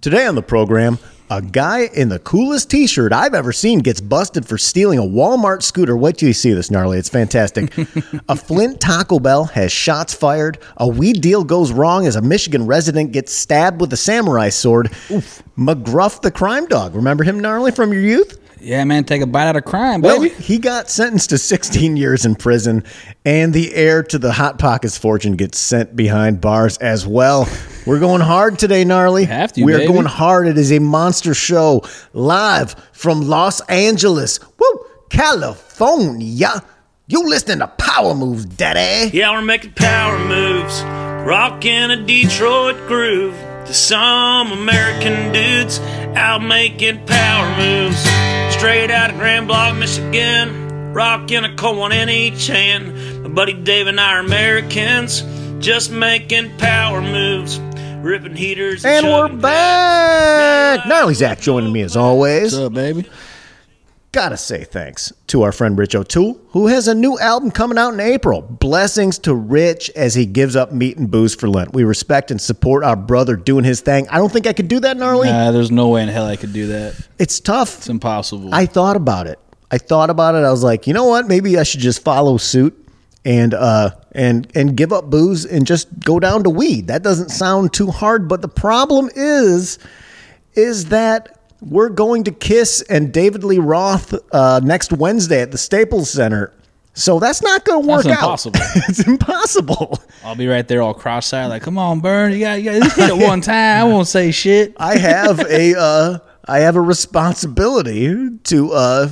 Today on the program, a guy in the coolest t shirt I've ever seen gets busted for stealing a Walmart scooter. Wait till you see this, gnarly. It's fantastic. a Flint Taco Bell has shots fired. A weed deal goes wrong as a Michigan resident gets stabbed with a samurai sword. McGruff the crime dog. Remember him, gnarly, from your youth? Yeah, man, take a bite out of crime, Well, baby. he got sentenced to 16 years in prison, and the heir to the Hot Pockets fortune gets sent behind bars as well. We're going hard today, gnarly. Have to, we are baby. going hard. It is a monster show live from Los Angeles, woo, California. You listening to Power Moves, Daddy? Yeah, we're making power moves, rocking a Detroit groove. To some American dudes out making power moves. Straight out of Grand Block, Michigan, rocking a coin in each hand. My buddy Dave and I are Americans, just making power moves, ripping heaters. And we're chugging bags. back. Gnarly Zach joining me as always. What's up, baby? Gotta say thanks to our friend Rich O'Toole, who has a new album coming out in April. Blessings to Rich as he gives up meat and booze for Lent. We respect and support our brother doing his thing. I don't think I could do that, gnarly. Nah, there's no way in hell I could do that. It's tough. It's impossible. I thought about it. I thought about it. I was like, you know what? Maybe I should just follow suit and uh and and give up booze and just go down to weed. That doesn't sound too hard, but the problem is is that we're going to Kiss and David Lee Roth uh, next Wednesday at the Staples Center. So that's not going to work That's impossible. out. it's impossible. I'll be right there all cross-eyed, like, "Come on, Burn, you got, you got, just hit it one time. I won't say shit." I have a uh, I have a responsibility to uh,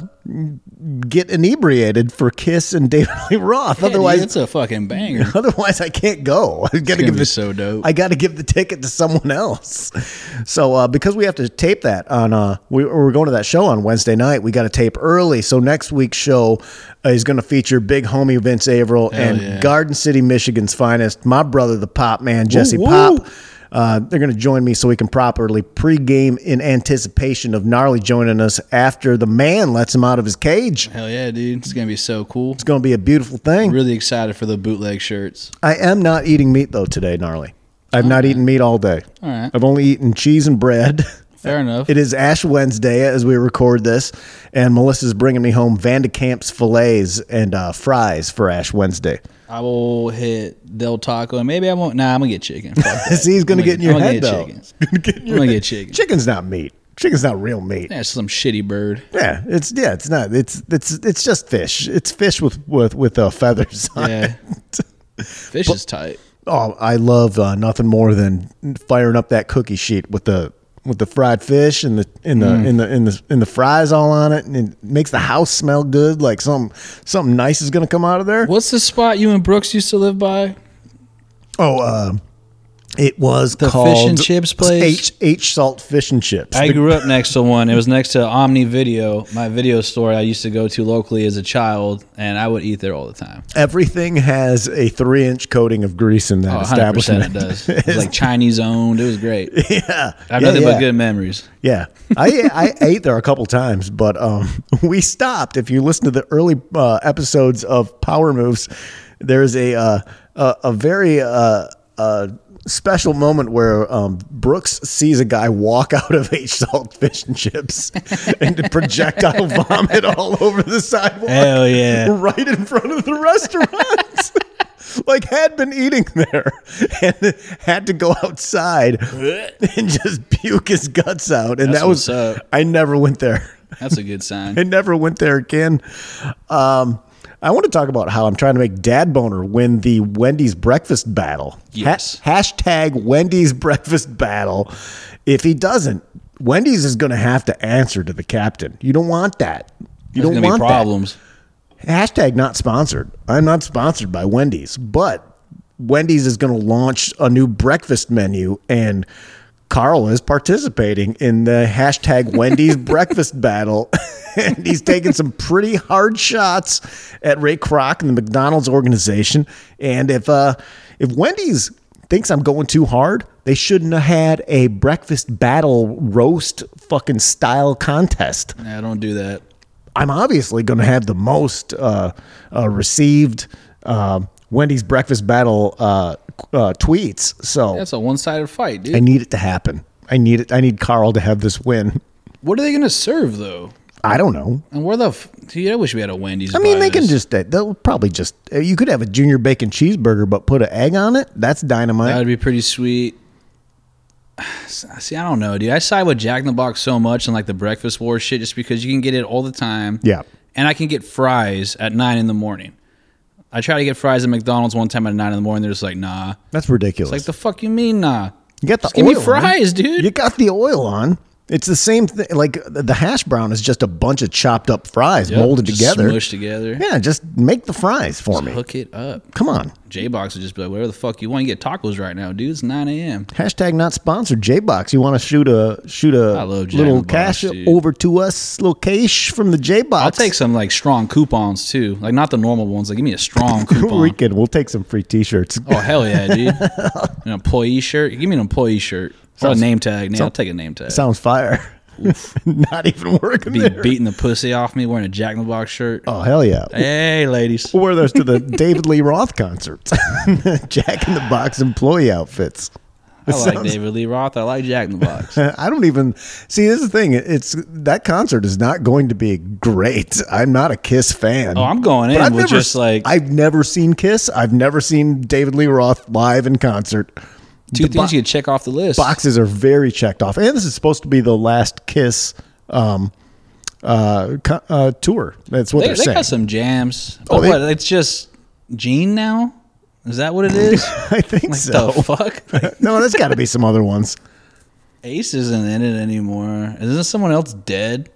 get inebriated for Kiss and David Lee Roth. Yeah, dude, otherwise, it's a fucking banger. otherwise I can't go. I got to gonna give be the so dope. I got to give the ticket to someone else. So uh, because we have to tape that on uh, we, we're going to that show on Wednesday night. We got to tape early. So next week's show uh, is going to feature big homie Vince Averill and yeah. Garden City, Michigan's finest, my brother, the Pop Man, Jesse woo. Pop. Uh, they're going to join me so we can properly pregame in anticipation of gnarly joining us after the man lets him out of his cage. It's Hell yeah, dude! It's gonna be so cool. going to be a beautiful thing. Really excited for the bootleg shirts. I am not eating meat though today, gnarly. I've not eaten meat all day. All right. I've only eaten cheese and bread. Fair enough. It is Ash Wednesday as we record this, and Melissa's bringing me home Van de Kamp's fillets and uh, fries for Ash Wednesday. I will hit Del Taco, and maybe I won't. Nah, I'm gonna get chicken. Fuck that. See, he's gonna I'm get in your I'm gonna head, get though. chicken. I'm gonna get chicken. Chicken's not meat. Chicken's not real meat. That's some shitty bird. Yeah, it's yeah, it's not. It's it's it's just fish. It's fish with with with uh, feathers. On it. Yeah, fish is tight. Oh, I love uh, nothing more than firing up that cookie sheet with the with the fried fish and the in the Mm. in the in the in the fries all on it, and it makes the house smell good. Like some something nice is gonna come out of there. What's the spot you and Brooks used to live by? Oh, uh, it was The fish called and chips place? H H Salt Fish and Chips. I The- grew up next to one. It was next to Omni Video, my video store I used to go to locally as a child, and I would eat there all the time. Everything has a three inch coating of grease in that Oh, 100% establishment. it does. It was like Chinese owned. It was great. yeah, I have yeah, nothing yeah. but good memories. Yeah, I I ate there a couple times, but um, we stopped. If you listen to the early uh, episodes of Power Moves, there's a uh, a, a very uh, uh, special moment where um, Brooks sees a guy walk out of a salt fish and chips and projectile vomit all over the sidewalk. Hell yeah. Right in front of the restaurant. Like had been eating there and had to go outside and just puke his guts out. And That's that was what's up. I never went there. That's a good sign. I never went there again. Um, I want to talk about how I'm trying to make Dad Boner win the Wendy's breakfast battle. Ha- Yes. hashtag Wendy's breakfast battle. If he doesn't, Wendy's is going to have to answer to the captain. You don't want that. You There's don't gonna want be that. problems. Hashtag not sponsored. I'm not sponsored by Wendy's, but Wendy's is going to launch a new breakfast menu, and Carl is participating in the hashtag Wendy's breakfast battle. and he's taking some pretty hard shots at Ray Kroc and the McDonald's organization. And if uh, if Wendy's thinks I'm going too hard, they shouldn't have had a breakfast battle roast fucking style contest. Nah, don't do that. I'm obviously going to have the most uh, uh, received uh, Wendy's breakfast battle uh, uh, tweets. So That's a one sided fight, dude. I need it to happen. I need it. I need Carl to have this win. What are they going to serve though? I don't know. And where the f- dude, I wish we had a Wendy's. I mean, by they can this. just they'll probably just uh, you could have a junior bacon cheeseburger, but put an egg on it. That's dynamite. That'd be pretty sweet. See, I don't know, dude. I side with Jack in the Box so much and like the breakfast war shit just because you can get it all the time. Yeah. And I can get fries at nine in the morning. I tried to get fries at McDonald's one time at nine in the morning. They're just like, nah. That's ridiculous. Like the fuck you mean, nah? you got the Just give me oil on. fries, dude. You got the oil on. It's the same thing. Like the hash brown is just a bunch of chopped up fries Yep, molded just together. smushed together. Yeah, just make the fries for me. Hook it up. Come on. J Box would just be like, whatever the fuck you want. You get tacos right now, dude. It's nine a.m. Hashtag not sponsored. J-Box, you want to shoot a shoot a love Jack in little the Box, cash dude. over to us, little cash from the J-Box. I'll take some like strong coupons too, like not the normal ones. Like give me a strong We coupon. can. We'll take some free T-shirts. Oh hell yeah, dude! an employee shirt. Give me an employee shirt. Or a name tag. Nah, I'll take a name tag. Sounds fire. Not even working Be there. beating the pussy off me wearing a Jack in the Box shirt. Oh hell yeah! Hey, ladies. We'll wear those to the David Lee Roth concerts. Jack in the Box employee outfits. I like David Lee Roth. I like Jack in the Box. I don't even see. This is the thing. It's that concert is not going to be great. I'm not a Kiss fan. Oh, I'm going in I've with never- just like I've never seen Kiss. I've never seen David Lee Roth live in concert. two the things bo- you could check off the list. Boxes are very checked off, and this is supposed to be the last Kiss um, uh, co- uh, tour. That's what They, are they saying. got some jams. But Oh, they- what? It's just Gene now. Is that what it is? I think like so. the fuck? no, there's got to be some other ones. Ace isn't in it anymore. Isn't someone else dead?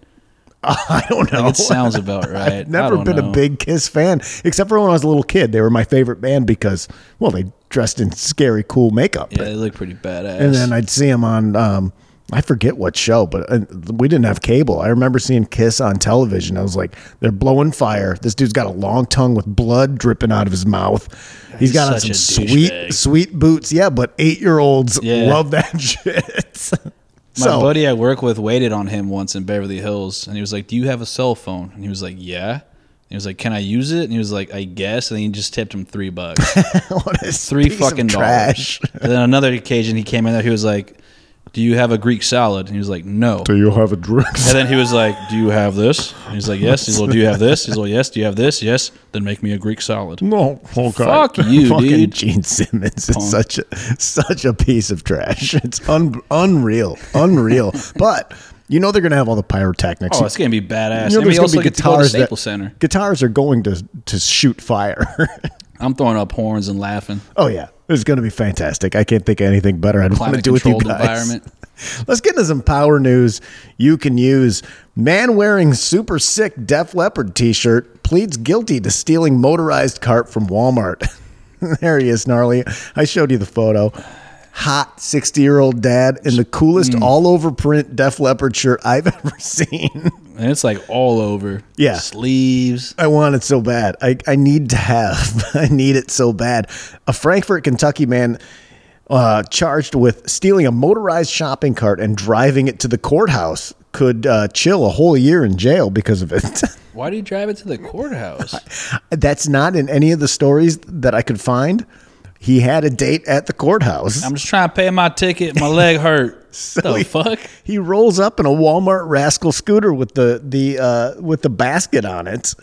I don't know. Like, it sounds about right. I Never don't been know. a big Kiss fan, except for when I was a little kid. They were my favorite band because, well, they dressed in scary, cool makeup. Yeah, they look pretty badass. And then I'd see them on, um, I forget what show, but uh, we didn't have cable. I remember seeing Kiss on television. I was like, they're blowing fire. This dude's got a long tongue with blood dripping out of his mouth. he's got on such some a sweet, douchebag. sweet boots. Yeah, but eight year olds Yeah. love that shit. My buddy I work with waited on him once in Beverly Hills, and he was like, "Do you have a cell phone?" And he was like, "Yeah." And he was like, "Can I use it?" And he was like, "I guess." And then he just tipped him three bucks, what is three piece of fucking trash. dollars. And then another occasion, he came in there. He was like, "Do you have a Greek salad?" And he was like, "No." Do you have a drink? And then he was like, "Do you have this?" And he's like, "Yes." He's like, "Do you have this?" He's like, "Yes." Do you have this? Yes. Then make me a Greek salad. No, oh Fuck you, Fucking dude. Gene Simmons is Punk. such a such a piece of trash. It's un, unreal, unreal. but you know they're gonna have all the pyrotechnics. Oh, it's gonna be badass. you know and we there's also gonna be get to go to guitars that Staples Center. guitars are going to to shoot fire. I'm throwing up horns and laughing. oh yeah, it's gonna be fantastic. I can't think of anything better. I'd want to Climate do with you controlled guys. environment. Let's get into some power news. You can use man wearing super sick Def Leopard T-shirt pleads guilty to stealing motorized cart from Walmart. there he is, gnarly. I showed you the photo. Hot sixty year old dad in the coolest all over print Def Leopard shirt I've ever seen. And it's like all over. Yeah. Sleeves. I want it so bad. I, I need to have. I need it so bad. A Frankfort, Kentucky man uh, charged with stealing a motorized shopping cart and driving it to the courthouse could uh, chill a whole year in jail because of it. Why do you drive it to the courthouse? That's not in any of the stories that I could find. He had a date at the courthouse. I'm just trying to pay my ticket. My leg hurt. the he- fuck? He rolls up in a Walmart rascal scooter with the the uh, with the basket on it.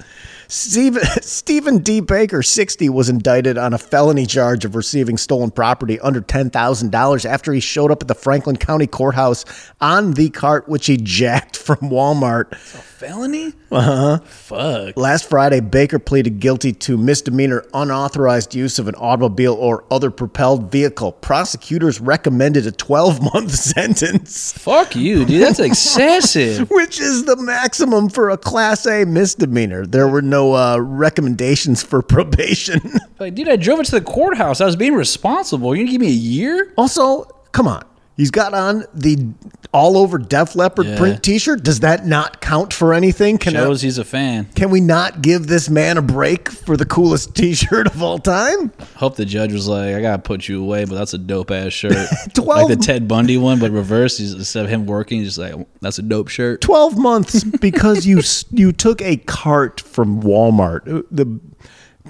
Stephen Stephen D. Baker, sixty, was indicted on a felony charge of receiving stolen property under ten thousand dollars after he showed up at the Franklin County Courthouse on the cart which he jacked from Walmart. Felony? Uh Uh-huh. huh. Fuck. Last Friday, Baker pleaded guilty to misdemeanor unauthorized use of an automobile or other propelled vehicle. Prosecutors recommended a 12 month sentence. Fuck you, dude. That's excessive. which is the maximum for a class A misdemeanor. There were no uh, recommendations for probation. Like, dude, I drove it to the courthouse. I was being responsible. You're gonna give me a year? also, come on. He's got on the all over Def Leopard Yeah. print T-shirt. Does that not count for anything? Can Shows he's a fan. can we not give this man a break for the coolest T-shirt of all time? Hope the judge was like, I gotta put you away, but that's a dope ass shirt. 12 Like the Ted Bundy one, but reverse. He's, instead of him working, he's just like, that's a dope shirt. Twelve months because you s- you took a cart from Walmart. Uh, The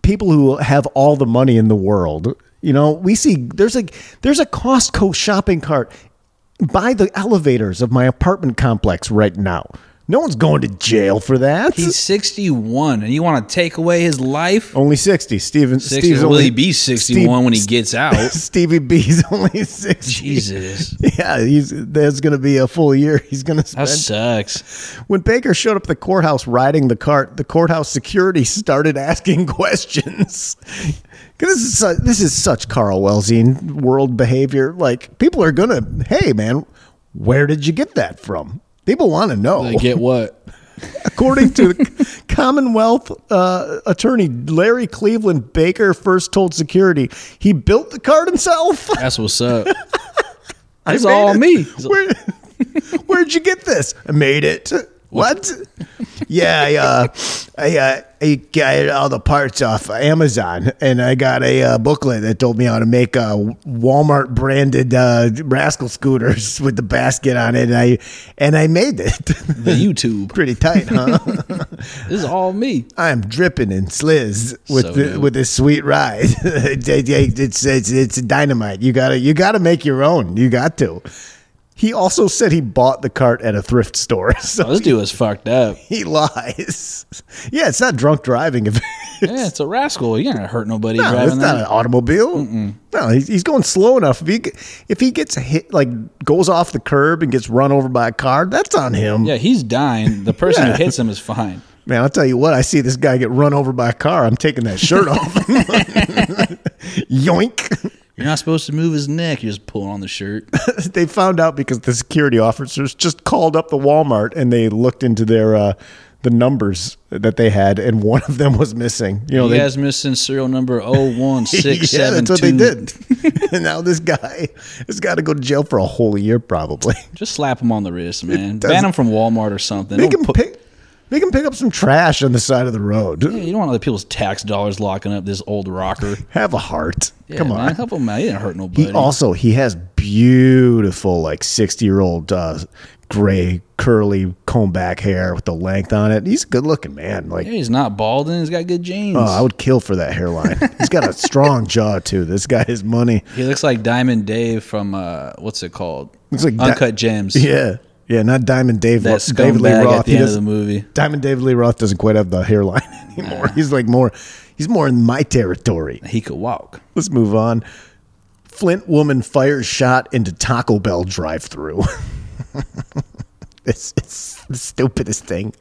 people who have all the money in the world, you know, we see there's a there's a Costco shopping cart by the elevators of my apartment complex right now. No one's going to jail for that. He's 61, and you want to take away his life? only 60. Steven, 60, Oh, Steve's will only, he be 61 when he gets out? Stevie B's only 60. Jesus. Yeah, he's there's going to be a full year. He's going to That spend. sucks. When Baker showed up at the courthouse riding the cart, the courthouse security started asking questions. 'Cause this is su- this is such Carl Wellsine world behavior. Like people are gonna, hey man, where did you get that from? People want to know. Like, get what? According to Commonwealth uh, attorney Larry Cleveland, Baker first told security he built the cart himself. That's what's up. I It's made all it. me. Where, where'd you get this? I made it. What? yeah, I, uh, I, uh, I got all the parts off Amazon, and I got a uh, booklet that told me how to make uh, Walmart branded uh, rascal scooters with the basket on it. And I and I made it The YouTube. pretty tight, huh? This is all me. I'm dripping in slizz with So the, do. with this sweet ride. It- it- it- it's, it's it's dynamite. You gotta you gotta make your own. You got to. He also said he bought the cart at a thrift store, so Oh, this dude was fucked up. he lies. Yeah, it's not drunk driving. If Yeah, it's a rascal. You're not gonna hurt nobody no, it's driving not an that. automobile. No, he's, he's going slow enough. If he g- if he gets hit, like goes off the curb and gets run over by a car, that's on him. Yeah, he's dying. The person Yeah. who hits him is fine. Man, I'll tell you what, I see this guy get run over by a car. I'm taking that shirt off. Yoink. You're not supposed to move his neck. You're just pulling on the shirt. They found out because the security officers just called up the Walmart and they looked into their uh, the numbers that they had and one of them was missing. You know, You they guys missing serial number oh one six yeah, seven two. that's what they did. and now this guy has got to go to jail for a whole year probably. Just slap him on the wrist, man. doesn't- Ban him from Walmart or something. Make Don't him put- pick make him pick up some trash on the side of the road. Yeah, you don't want other people's tax dollars locking up this old rocker. Have a heart. Yeah, Come on. man, help him out. He didn't hurt nobody. He also he has beautiful like sixty year old uh, gray curly comb back hair with the length on it. He's a good looking man. Like yeah, he's not balding. He's got good genes. oh, I would kill for that hairline. He's got a strong jaw too. This guy is money. he looks like Diamond Dave from uh, what's it called? Looks like Di- Uncut Gems. Yeah, yeah. Not Diamond Dave. that David Lee scumbag Roth. at the He end of doesn't- the movie. Diamond David Lee Roth doesn't quite have the hairline anymore. He's like more. He's more in my territory. He could walk. Let's move on. Flint woman fires shot into Taco Bell drive through. it's, it's the stupidest thing.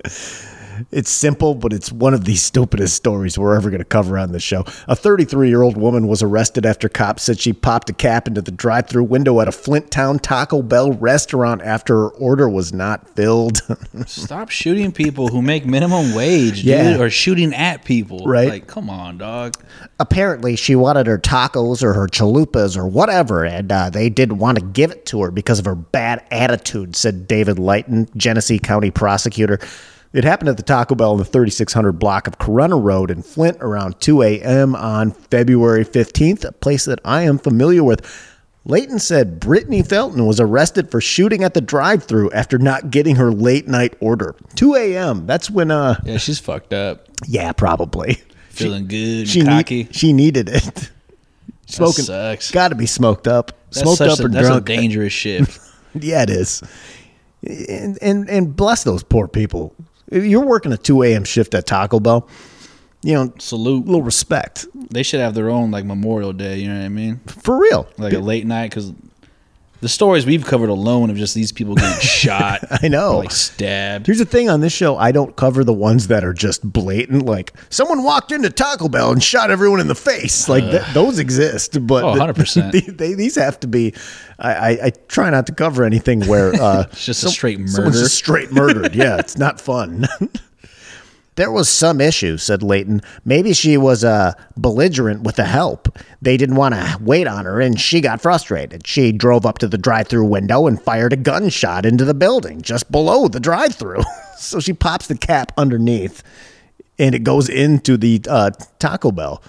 It's simple, but it's one of the stupidest stories we're ever going to cover on this show. A 33 year old woman was arrested after cops said she popped a cap into the drive through window at a Flint Town Taco Bell restaurant after her order was not filled. Stop shooting people who make minimum wage, Yeah. dude, or shooting at people. Right. Like, come on, dog. apparently she wanted her tacos or her chalupas or whatever, and uh, they didn't want to give it to her because of her bad attitude, said David Lighton, Genesee County prosecutor. It happened at the Taco Bell in the 3600 block of Corona Road in Flint around 2 a.m. on February 15th, a place that I am familiar with. Leighton said Brittany Felton was arrested for shooting at the drive thru after not getting her late night order. 2 a.m. That's when, uh, Yeah, she's fucked up. yeah, probably Feeling good and she need- cocky. she needed it. Smoking sucks. Got to be smoked up. smoked such up a, and that's drunk. a dangerous shift. yeah, it is. And, and and bless those poor people. If You're working a 2 a.m. shift at Taco Bell. You know, a Salute. little respect They should have their own like Memorial Day. You know what I mean? for real. Like a late night because the stories we've covered alone of just these people getting shot. I know. or, like stabbed. Here's the thing on this show, I don't cover the ones that are just blatant. Like someone walked into Taco Bell and shot everyone in the face. Like th- those exist, but Oh, the- 100%. the- they- these have to be. I, I, I try not to cover anything where uh, It's just a straight Someone's murder. just straight murdered. Yeah, it's not fun. there was some issue, said Leighton. Maybe she was uh, belligerent with the help. They didn't want to wait on her, and she got frustrated. She drove up to the drive through window and fired a gunshot into the building just below the drive through. so she pops the cap underneath, and it goes into the uh, Taco Bell.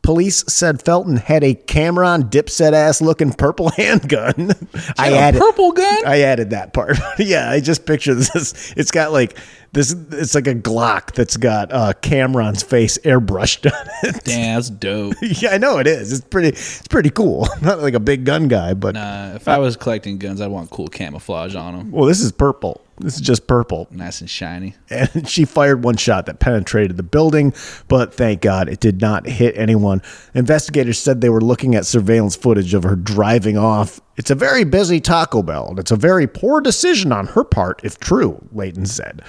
Police said Felton had a Cameron Dipset ass looking purple handgun. I added purple gun. I added that part. yeah, I just picture this. It's got like this. It's like a Glock that's got uh, Cameron's face airbrushed on it. Damn, that's dope. yeah, I know it is. It's pretty. It's pretty cool. I'm not like a big gun guy, but Uh, if I was collecting guns, I'd want cool camouflage on them, well, this is purple. This is just purple. nice and shiny. and she fired one shot that penetrated the building, but thank God it did not hit anyone. Investigators said they were looking at surveillance footage of her driving off. It's a very busy Taco Bell, and it's a very poor decision on her part, if true, Layton said.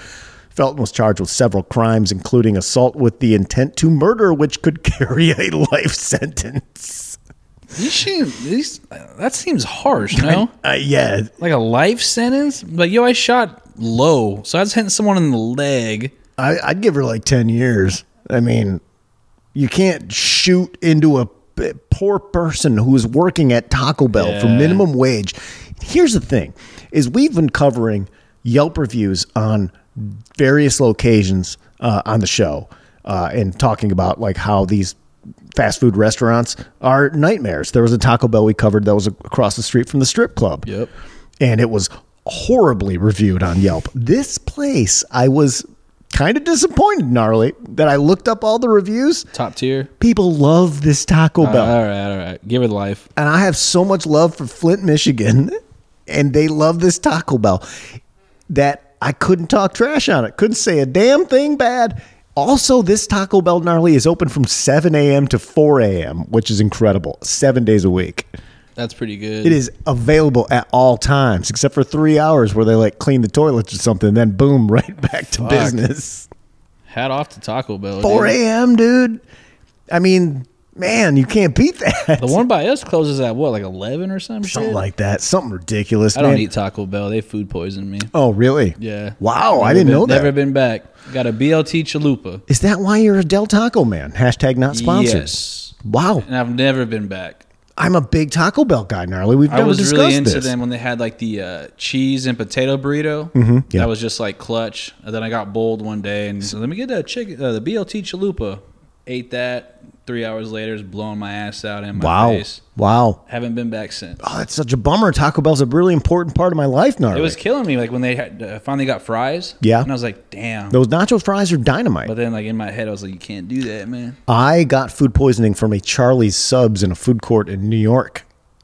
Felton was charged with several crimes, including assault with the intent to murder, which could carry a life sentence. These seem- these- that seems harsh, no? Uh, yeah, Like a life sentence? Like, yo, I shot low, so I was hitting someone in the leg. I, I'd give her like 10 years. I mean, you can't shoot into a p- poor person who is working at Taco Bell for Yeah. minimum wage. Here's the thing is we've been covering Yelp reviews on various locations uh, on the show uh, and talking about like how these fast food restaurants are nightmares. There was a Taco Bell we covered that was across the street from the strip club Yep. and it was horribly reviewed on Yelp. This place, I was kind of disappointed, gnarly, that I looked up all the reviews. Top tier. People love this Taco Bell. All right, all right. Give it life. and I have so much love for Flint, Michigan, and they love this Taco Bell that I couldn't talk trash on it. Couldn't say a damn thing bad. Also, this Taco Bell gnarly is open from 7 a.m. to 4 a.m., which is incredible. Seven days a week. That's pretty good. It is available at all times, except for three hours where they like clean the toilets or something. Then boom, right back to business. Hat off to Taco Bell. dude. 4 a.m., dude. I mean, man, you can't beat that. The one by us closes at what, like eleven or some something shit? like that. Something ridiculous. I don't man. eat Taco Bell. They food poisoned me. Oh, really? Yeah. Wow, Oh, I Never didn't been- know that. Is Never been back. Got a BLT chalupa. that why you're a Del Taco man? Hashtag not sponsored. Yes. Wow, And I've never been back. I'm a big Taco Bell guy, gnarly. We've I never was discussed really into this. them when they had like the uh, cheese and potato burrito. Mm-hmm, yeah. That was just like clutch. And then I got bold one day and so let me get that chicken, uh, the BLT chalupa. Ate that. Three hours later, it's blowing my ass out in my Wow, face. wow. Haven't been back since. Oh, that's such a bummer. Taco Bell's a really important part of my life, gnarly. It was killing me. Like when they had, uh, finally got fries. Yeah. And I was like, damn. Those nacho fries are dynamite. But then, like in my head, I was like, "You can't do that, man." I got food poisoning from a Charlie's subs in a food court in New York,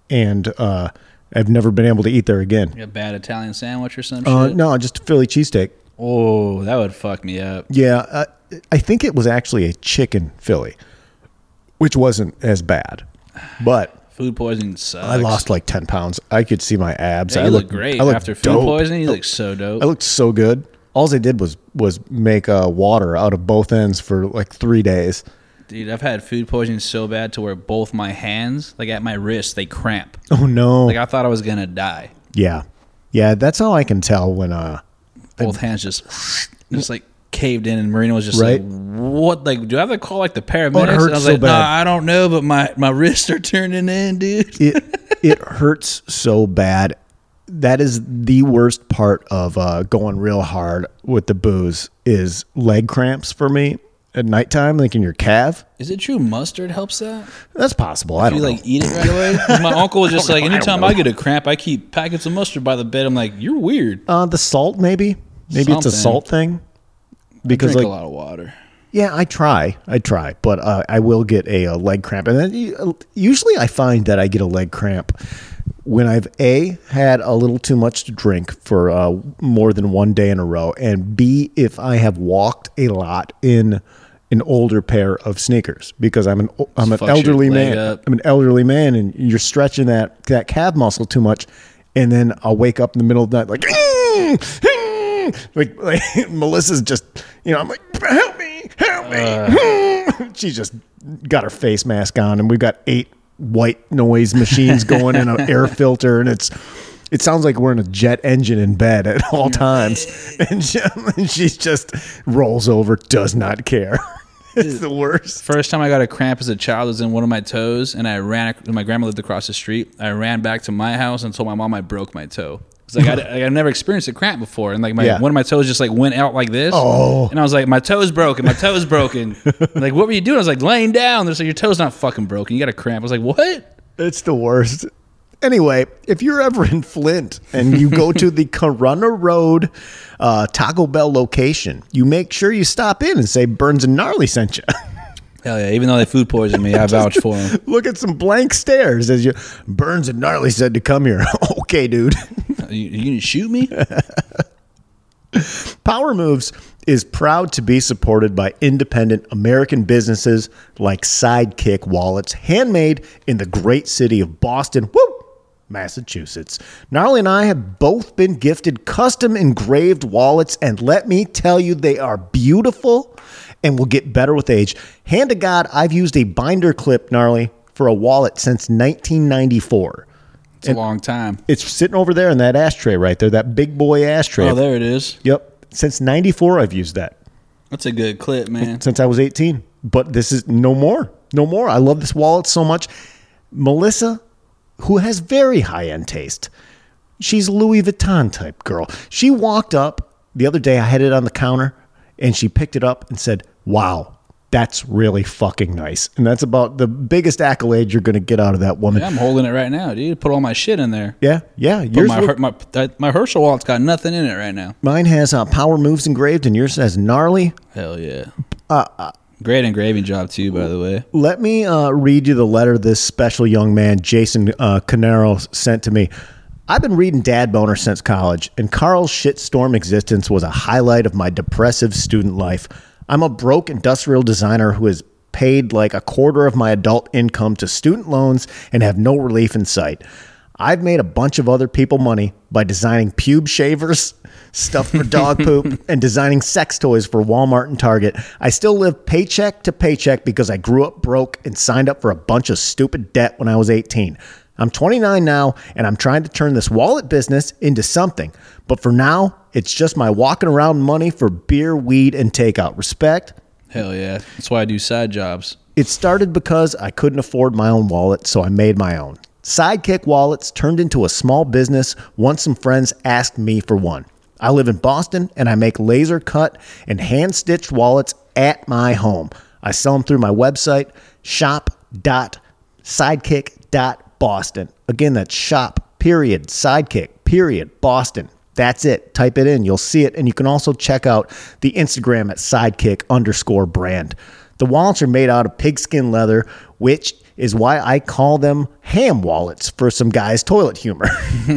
and uh, I've never been able to eat there again. Like a bad Italian sandwich or some Uh, shit. no, just a Philly cheesesteak. Oh, that would fuck me up. Yeah, uh, I think it was actually a chicken Philly, which wasn't as bad, but Food poisoning sucks. I lost like ten pounds. I could see my abs. Yeah, I you look looked- great I looked after food dope. poisoning. You look so dope. I looked so good. All they did was was make uh, water out of both ends for like three days. Dude, I've had food poisoning so bad to where both my hands, like at my wrist, they cramp. Oh no! Like I thought I was gonna die. yeah, yeah. That's how I can tell when uh, Both hands just, just like caved in, and Marina was just Right. Oh, like, "What? Like, do I have to call like the paramedics?" and hurts I was so like, bad. "Nah, I don't know, but my my wrists are turning in, dude." it it hurts so bad. That is the worst part of uh, going real hard with the booze is leg cramps for me at nighttime, like in your calf. Is it true mustard helps that? That's possible. I Do don't you know. like eat it right away? 'Cause My uncle was just like, anytime I, get a cramp, I keep packets of mustard by the bed. I'm like, you're weird. uh, the salt, maybe. Maybe it's a Something. salt thing. Because Drink like a lot of water. Yeah, I try. I try, but uh, I will get a, uh leg cramp, and then u- usually I find that I get a leg cramp when I've a had a little too much to drink for uh, more than one day in a row, and b if I have walked a lot in an older pair of sneakers because I'm an o- I'm an Fucks your elderly leg man. up. I'm an elderly man, and you're stretching that that calf muscle too much, and then I'll wake up in the middle of the night like. Like, like Melissa's just, you know, I'm like, help me, help me. She's just got her face mask on, and we've got eight white noise machines going in an air filter, and it's it sounds like we're in a jet engine in bed at all times. And she, and she just rolls over, does not care. it's the worst. First time I got a cramp as a child was in one of my toes, and I ran. My grandma lived across the street. I ran back to my house and told my mom I broke my toe. It's like, I, like, I've never experienced a cramp before, and like my Yeah. one of my toes just like went out like this. Oh. and I was like, my toe's broken, my toe's broken. like, what were you doing? I was like laying down. They're like, your toe's not fucking broken. You got a cramp. I was like, what? It's the worst. Anyway, if you're ever in Flint and you go to the Corona Road uh, Taco Bell location, you make sure you stop in and say Burns and Gnarly sent you. Hell yeah! Even though they food poisoned me, I vouch for them. Look at some blank stares as you Burns and Gnarly said to come here. okay, dude. You, you gonna shoot me? Power Moves is proud to be supported by independent American businesses like Sidekick Wallets, handmade in the great city of Boston. Woo! Massachusetts. Gnarly and I have both been gifted custom engraved wallets, and let me tell you, they are beautiful and will get better with age. Hand to God, I've used a binder clip, Gnarly, for a wallet since 1994. It's a long time. It's sitting over there in that ashtray right there, that big boy ashtray. Oh, there it is. Yep. Since 94, I've used that That's a good clip, man. since I was 18. But this is no more. No more. I love this wallet so much. Melissa, who has very high end taste, she's a Louis Vuitton type girl. She walked up the other day, I had it on the counter, and she picked it up and said, Wow, that's really fucking nice. And that's about the biggest accolade you're going to get out of that woman. Yeah, I'm holding it right now, dude. Put all my shit in there. Yeah, yeah. But yours my, look- Her- my that- my Herschel wallet's got nothing in it right now. mine has uh, power moves engraved, and yours has gnarly. Hell yeah. Uh, Great engraving job too, by the way. Let me uh, read you the letter this special young man, Jason uh, Canaro, sent to me. I've been reading Dad Boner since college, and Carl's shitstorm existence was a highlight of my depressive student life. I'm a broke industrial designer who is paid like a quarter of my adult income to student loans and have no relief in sight. I've made a bunch of other people money by designing pube shavers, stuff for dog poop, and designing sex toys for Walmart and Target. I still live paycheck to paycheck because I grew up broke and signed up for a bunch of stupid debt when I was 18. I'm 29 now and I'm trying to turn this wallet business into something. But for now, it's just my walking around money for beer, weed, and takeout. Respect. Hell yeah. That's why I do side jobs. It started because I couldn't afford my own wallet, so I made my own. Sidekick Wallets turned into a small business once some friends asked me for one. I live in Boston and I make laser cut and hand stitched wallets at my home. I sell them through my website, shop.sidekick.boston. Again, that's shop, period, sidekick, period, Boston. That's it. Type it in. You'll see it. And you can also check out the Instagram at sidekick underscore brand. The wallets are made out of pigskin leather, which is why I call them ham wallets for some guy's toilet humor.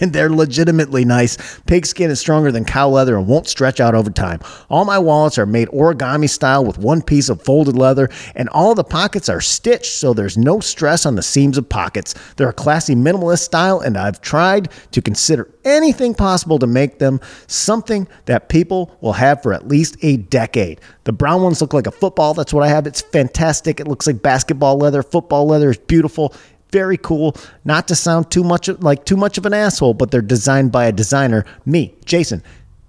and they're legitimately nice. Pigskin is stronger than cow leather and won't stretch out over time. All my wallets are made origami style with one piece of folded leather, and all the pockets are stitched so there's no stress on the seams of pockets. They're a classy minimalist style, and I've tried to consider anything possible to make them something that people will have for at least a decade. The brown ones look like a football. That's what I have. It's fantastic. It looks like basketball leather. Football leather is beautiful. Very cool. Not to sound too much like too much of an asshole, but they're designed by a designer, me, Jason.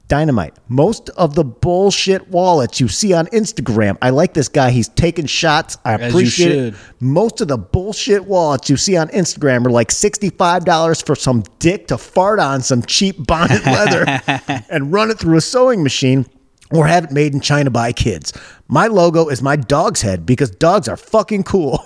Dynamite. Most of the bullshit wallets you see on Instagram. I like this guy. He's taking shots. I you appreciate it should. most of the bullshit wallets you see on Instagram are like $65 for some dick to fart on some cheap bonnet leather and run it through a sewing machine or have it made in China by kids. My logo is my dog's head because dogs are fucking cool.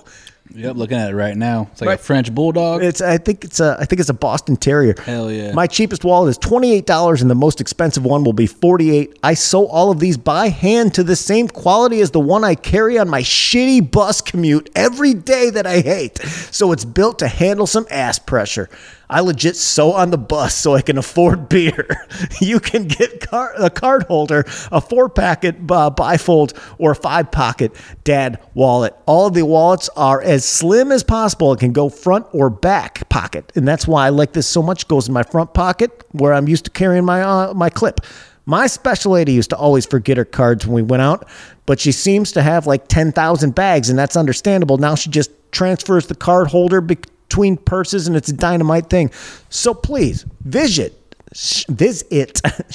Yep, looking at it right now. It's like a French bulldog. It's I think it's a I think it's a Boston Terrier. Hell yeah. My cheapest wallet is twenty eight dollars, and the most expensive one will be forty eight. I sew all of these by hand to the same quality as the one I carry on my shitty bus commute every day that I hate. So it's built to handle some ass pressure. I legit sew on the bus so I can afford beer. you can get car- a card holder, a four packet uh, bifold, or a five pocket dad wallet. All of the wallets are as slim as possible. It can go front or back pocket, and that's why I like this so much. It goes in my front pocket where I'm used to carrying my uh, my clip. My special lady used to always forget her cards when we went out, but she seems to have like ten thousand bags, and that's understandable. Now she just transfers the card holder between purses, and it's a dynamite thing. So please visit sh- visit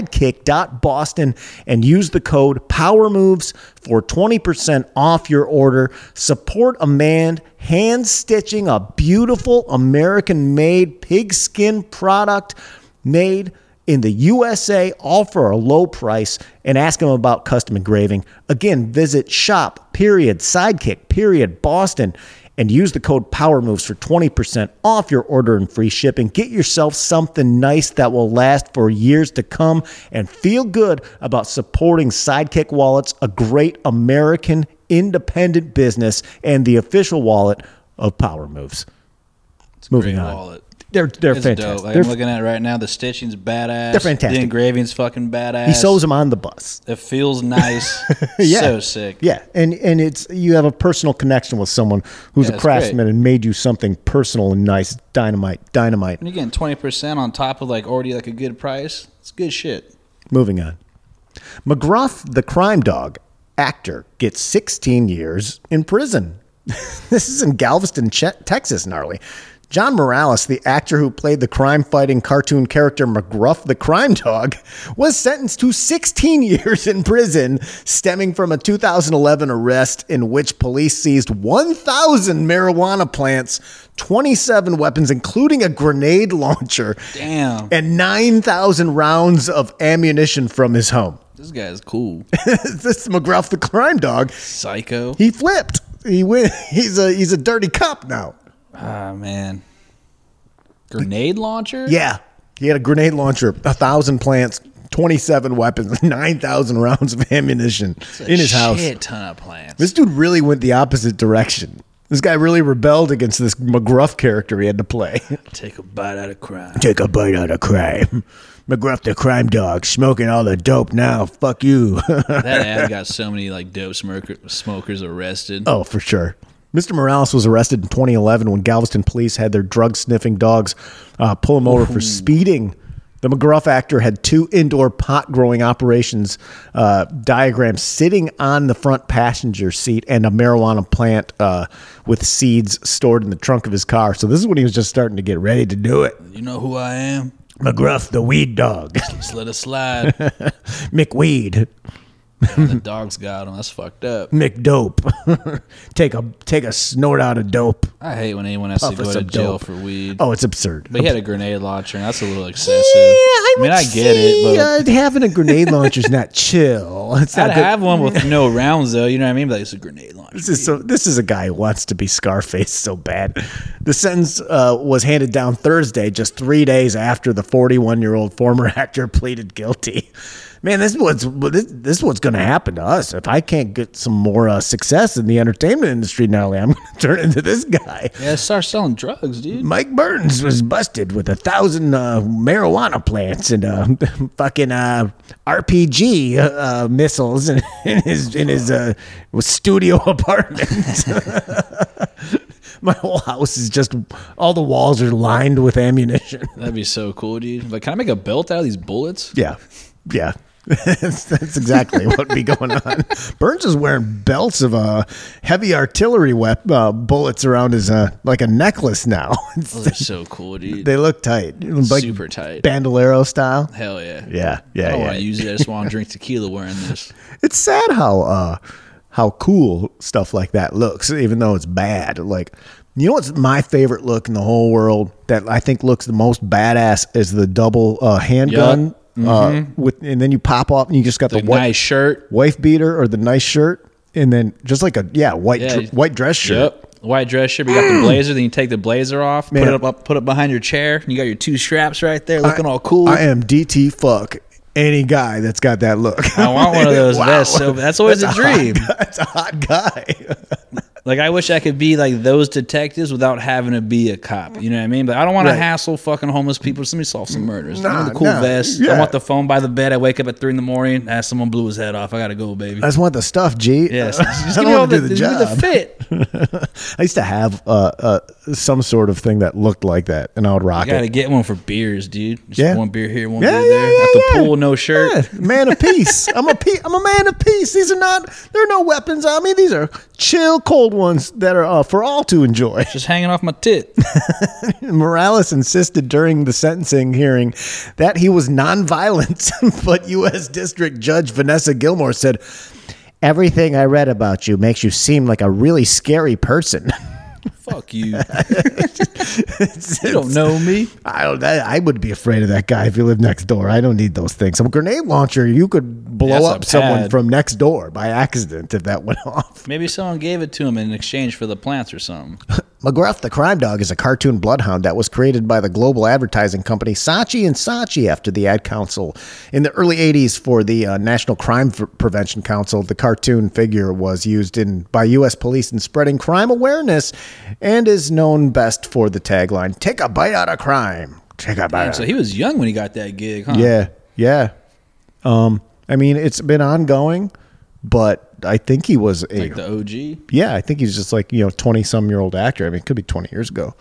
shop.sidekick.boston and use the code power moves for 20% off your order support a man hand stitching a beautiful american made pigskin product made in the USA, all for a low price, and ask them about custom engraving. Again, visit shop period sidekick period Boston and use the code POWERMOVES for 20% off your order and free shipping. Get yourself something nice that will last for years to come and feel good about supporting Sidekick Wallets, a great American independent business and the official wallet of Power Moves. It's a Moving great on. wallet. They're they're It's fantastic. dope. Like, They're I'm f- looking at it right now. The stitching's badass. They're fantastic. The engraving's fucking badass. he sews them on the bus. It feels nice. Yeah. So sick. Yeah, and and it's you have a personal connection with someone who's Yeah, a it's craftsman great. and made you something personal and nice. Dynamite, dynamite. And you're getting 20% on top of like already like a good price. It's good shit. Moving on. McGruff, the crime dog actor, gets 16 years in prison. this is in Galveston, Che- Texas, gnarly. John Morales, the actor who played the crime fighting cartoon character McGruff the Crime Dog, was sentenced to 16 years in prison, stemming from a 2011 arrest in which police seized 1,000 marijuana plants, 27 weapons, including a grenade launcher, Damn. and 9,000 rounds of ammunition from his home. This guy's cool. this is McGruff the crime dog. Psycho. He flipped. He went. He's a he's a dirty cop now. Ah, man. Grenade launcher? Yeah, he had a grenade launcher, a thousand plants, twenty seven weapons, nine thousand rounds of ammunition It's a in his house. Shit ton of plants. This dude really went the opposite direction. This guy really rebelled against this McGruff character he had to play. Take a bite out of crime. Take a bite out of crime. McGruff the crime dog smoking all the dope now. Fuck you. That ad got so many like dope smoker, smokers arrested. Oh, for sure. Mr. Morales was arrested in 2011 when Galveston police had their drug sniffing dogs uh, pull him over for speeding. The McGruff actor had two indoor pot growing operations uh, diagrams sitting on the front passenger seat and a marijuana plant uh, with seeds stored in the trunk of his car. So, this is when he was just starting to get ready to do it. You know who I am? McGruff, the weed dog, Just let it slide. McWeed, the dog's got him. That's fucked up. McDope. take a take a snort out of dope. I hate when anyone has to Puff us go to some jail dope. for weed. Oh, it's absurd. But he had a grenade launcher, and that's a little excessive. I, mean, would I get say, it, but uh, having a grenade launcher is not chill. It's not I'd good. have one with no rounds, though. You know what I mean? But like, it's a grenade launcher. This is so. This is a guy who wants to be Scarface so bad. The sentence uh, was handed down Thursday, just three days after the 41-year-old former actor pleaded guilty. Man, this is what's this, this is what's going to happen to us if I can't get some more uh, success in the entertainment industry. Now, I'm going to turn into this guy. Yeah, start selling drugs, dude. Mike Burns was busted with a thousand uh, marijuana plants and uh, fucking uh, RPG uh, uh, missiles in, in his in his uh, studio apartment. My whole house is just all the walls are lined with ammunition. That'd be so cool, dude. Like, can I make a belt out of these bullets? Yeah, yeah. that's, that's exactly what would be going on. Burns is wearing belts of uh, heavy artillery wep- uh, bullets around his uh, like a necklace now. It's- Those are so cool, dude. they look tight, like Super tight. bandolero style. Hell yeah. Yeah, I yeah, don't yeah. want to use it. I just want to drink tequila wearing this. it's sad how uh how cool stuff like that looks, even though it's bad. Like you know what's my favorite look in the whole world that I think looks the most badass is the double uh, handgun uh, with, and then you pop off and you just got the, Like, white nice shirt. wife beater or the nice shirt, and then just like a yeah white Yeah, dr- you- white dress shirt. Yep. White dress shirt. but You got the blazer. Then you take the blazer off. Mm. Man. Put it up, up. Put it behind your chair. And you got your two straps right there, looking all cool. I am DT fuck any guy that's got that look. I want one of those Wow. vests. So that's always a dream. That's a hot guy. Like I wish I could be like those detectives without having to be a cop. You know what I mean? But I don't want Right. to hassle fucking homeless people. Somebody solve some murders. I Nah, want the cool nah, vest. yeah. I want the phone by the bed. I wake up at three in the morning. Ah, someone blew his head off. I gotta go, baby. I just want the stuff, G. yes. I Just don't give me all want to the, do the just give me job. the fit. I used to have uh, uh, some sort of thing that looked like that, and I would rock I gotta it. get one for beers, dude. Just Yeah. one beer here, one Yeah, beer yeah, there. At yeah, the yeah. pool, no shirt. Yeah, man of peace. I'm a pe- I'm a man of peace. These are not. There are no weapons on me. These are chill, cold ones that are uh, for all to enjoy. Just hanging off my tit. Morales insisted during the sentencing hearing that he was nonviolent, but U.S. District Judge Vanessa Gilmore said, Everything I read about you makes you seem like a really scary person. Fuck you. you don't know me. I, don't, that, I would be afraid of that guy if he lived next door. I don't need those things. A grenade launcher, you could blow That's a up someone pad. from next door by accident if that went off. Maybe someone gave it to him in exchange for the plants or something. McGruff the Crime Dog is a cartoon bloodhound that was created by the global advertising company Saatchi and Saatchi after the Ad Council. In the early 80s for the uh, National Crime F- Prevention Council, the cartoon figure was used in by US police in spreading crime awareness and is known best for the tagline Take a bite out of crime. Take a bite. out So he was young when he got that gig, huh? yeah, yeah. Um, I mean, it's been ongoing, but I think he was a Like the OG. yeah, I think he's just like you know twenty some year old actor. I mean, it could be twenty years ago.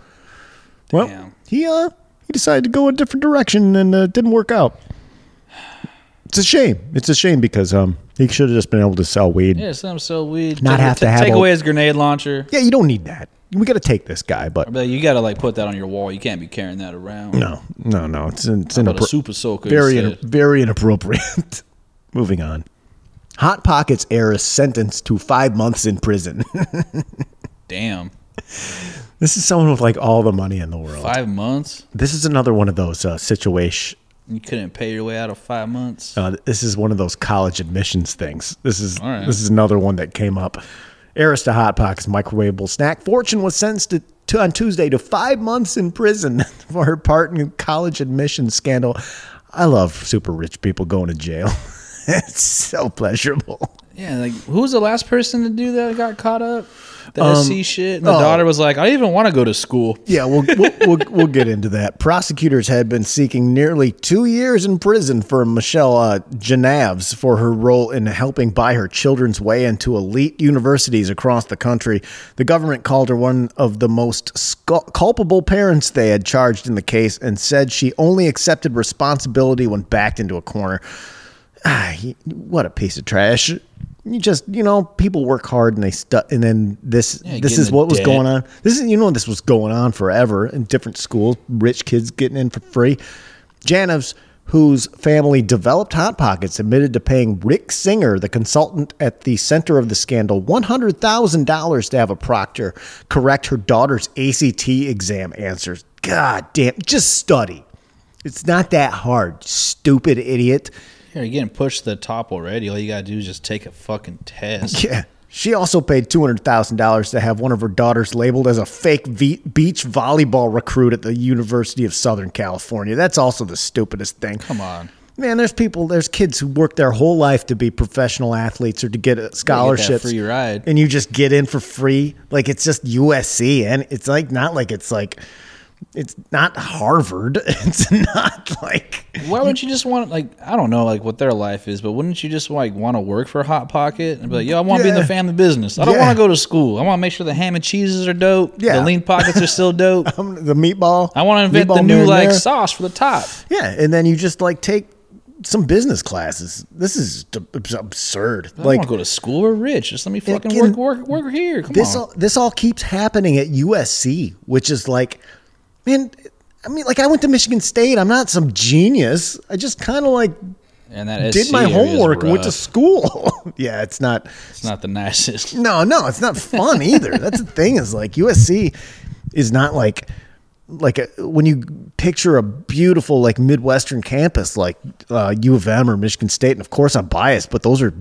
Well, Damn. he uh he decided to go a different direction and uh, it didn't work out. It's a shame. It's a shame because um he should have just been able to sell weed. Yeah, Yeah, some so weed. Not Take- have to ta- have take a- away his grenade launcher. you don't need that. We got to take this guy, but But you gotta like put that on your wall. You can't be carrying that around. no, no, no. It's it's But a inappro- super soaker. very in- instead. very inappropriate. Moving on. Hot Pockets heiress sentenced to five months in prison. Damn. this is someone with like all the money in the world. Five months? This is another one of those uh, situation You couldn't pay your way out of five months. Uh, this is one of those college admissions things. This is right. this is another one that came up. Heiress to Hot Pockets microwavable snack. Fortune was sentenced to, to on Tuesday to five months in prison for her part in college admissions scandal. I love super rich people going to jail. it's so pleasurable. Yeah, like who was the last person to do that? that Got caught up. The SC shit. And the oh. daughter was like, I don't even want to go to school. Yeah, we'll we'll, we'll we'll get into that. Prosecutors had been seeking nearly two years in prison for Michelle uh, Genavs for her role in helping buy her children's way into elite universities across the country. The government called her one of the most scul- culpable parents they had charged in the case, and said she only accepted responsibility when backed into a corner. Ah, he- what a piece of trash! You just you know people work hard and they stu- and then this Yeah, this get is in the what was debt. going on. This is you know this was going on forever in different schools. Rich kids getting in for free. Janovs, whose family developed hot pockets, admitted to paying Rick Singer, the consultant at the center of the scandal, one hundred thousand dollars to have a proctor correct her daughter's ACT exam answers. God damn! Just study. It's not that hard, stupid idiot. Here, you're getting pushed to the top already. All you gotta do is just take a fucking test. Yeah. She also paid $200,000 to have one of her daughters labeled as a fake ve- beach volleyball recruit at the University of Southern California. That's also the stupidest thing. Come on. Man, there's people, there's kids who work their whole life to be professional athletes or to get uh, scholarships. free ride. And you just get in for free. Like it's just USC and it's like not like it's like it's not Harvard. It's not like Why wouldn't you just want like I don't know like what their life is, but wouldn't you just like want to work for Hot Pocket and be like, yo, I want to be in Yeah. the family business. I don't Yeah. want to go to school. I want to make sure the ham and cheeses are dope. Yeah. The lean pockets are still dope. um, the meatball. I want to invent the meatball new like marinara. sauce for the top. Yeah, and then you just like take some business classes. This is d- abs- absurd. I don't Like want to go to school. We're rich. Just let me fucking can- work, work, work here. Come this on. all this all keeps happening at USC, which is like, man, I mean, like I went to Michigan State. I'm not some genius. I just kind of like and that did SC my area is homework and went to rough. school. yeah, it's not. It's not the nicest. No, no, it's not fun either. That's the thing is like USC is not like like a, when you picture a beautiful like midwestern campus like uh, U of M or Michigan State, and of course I'm biased, but those are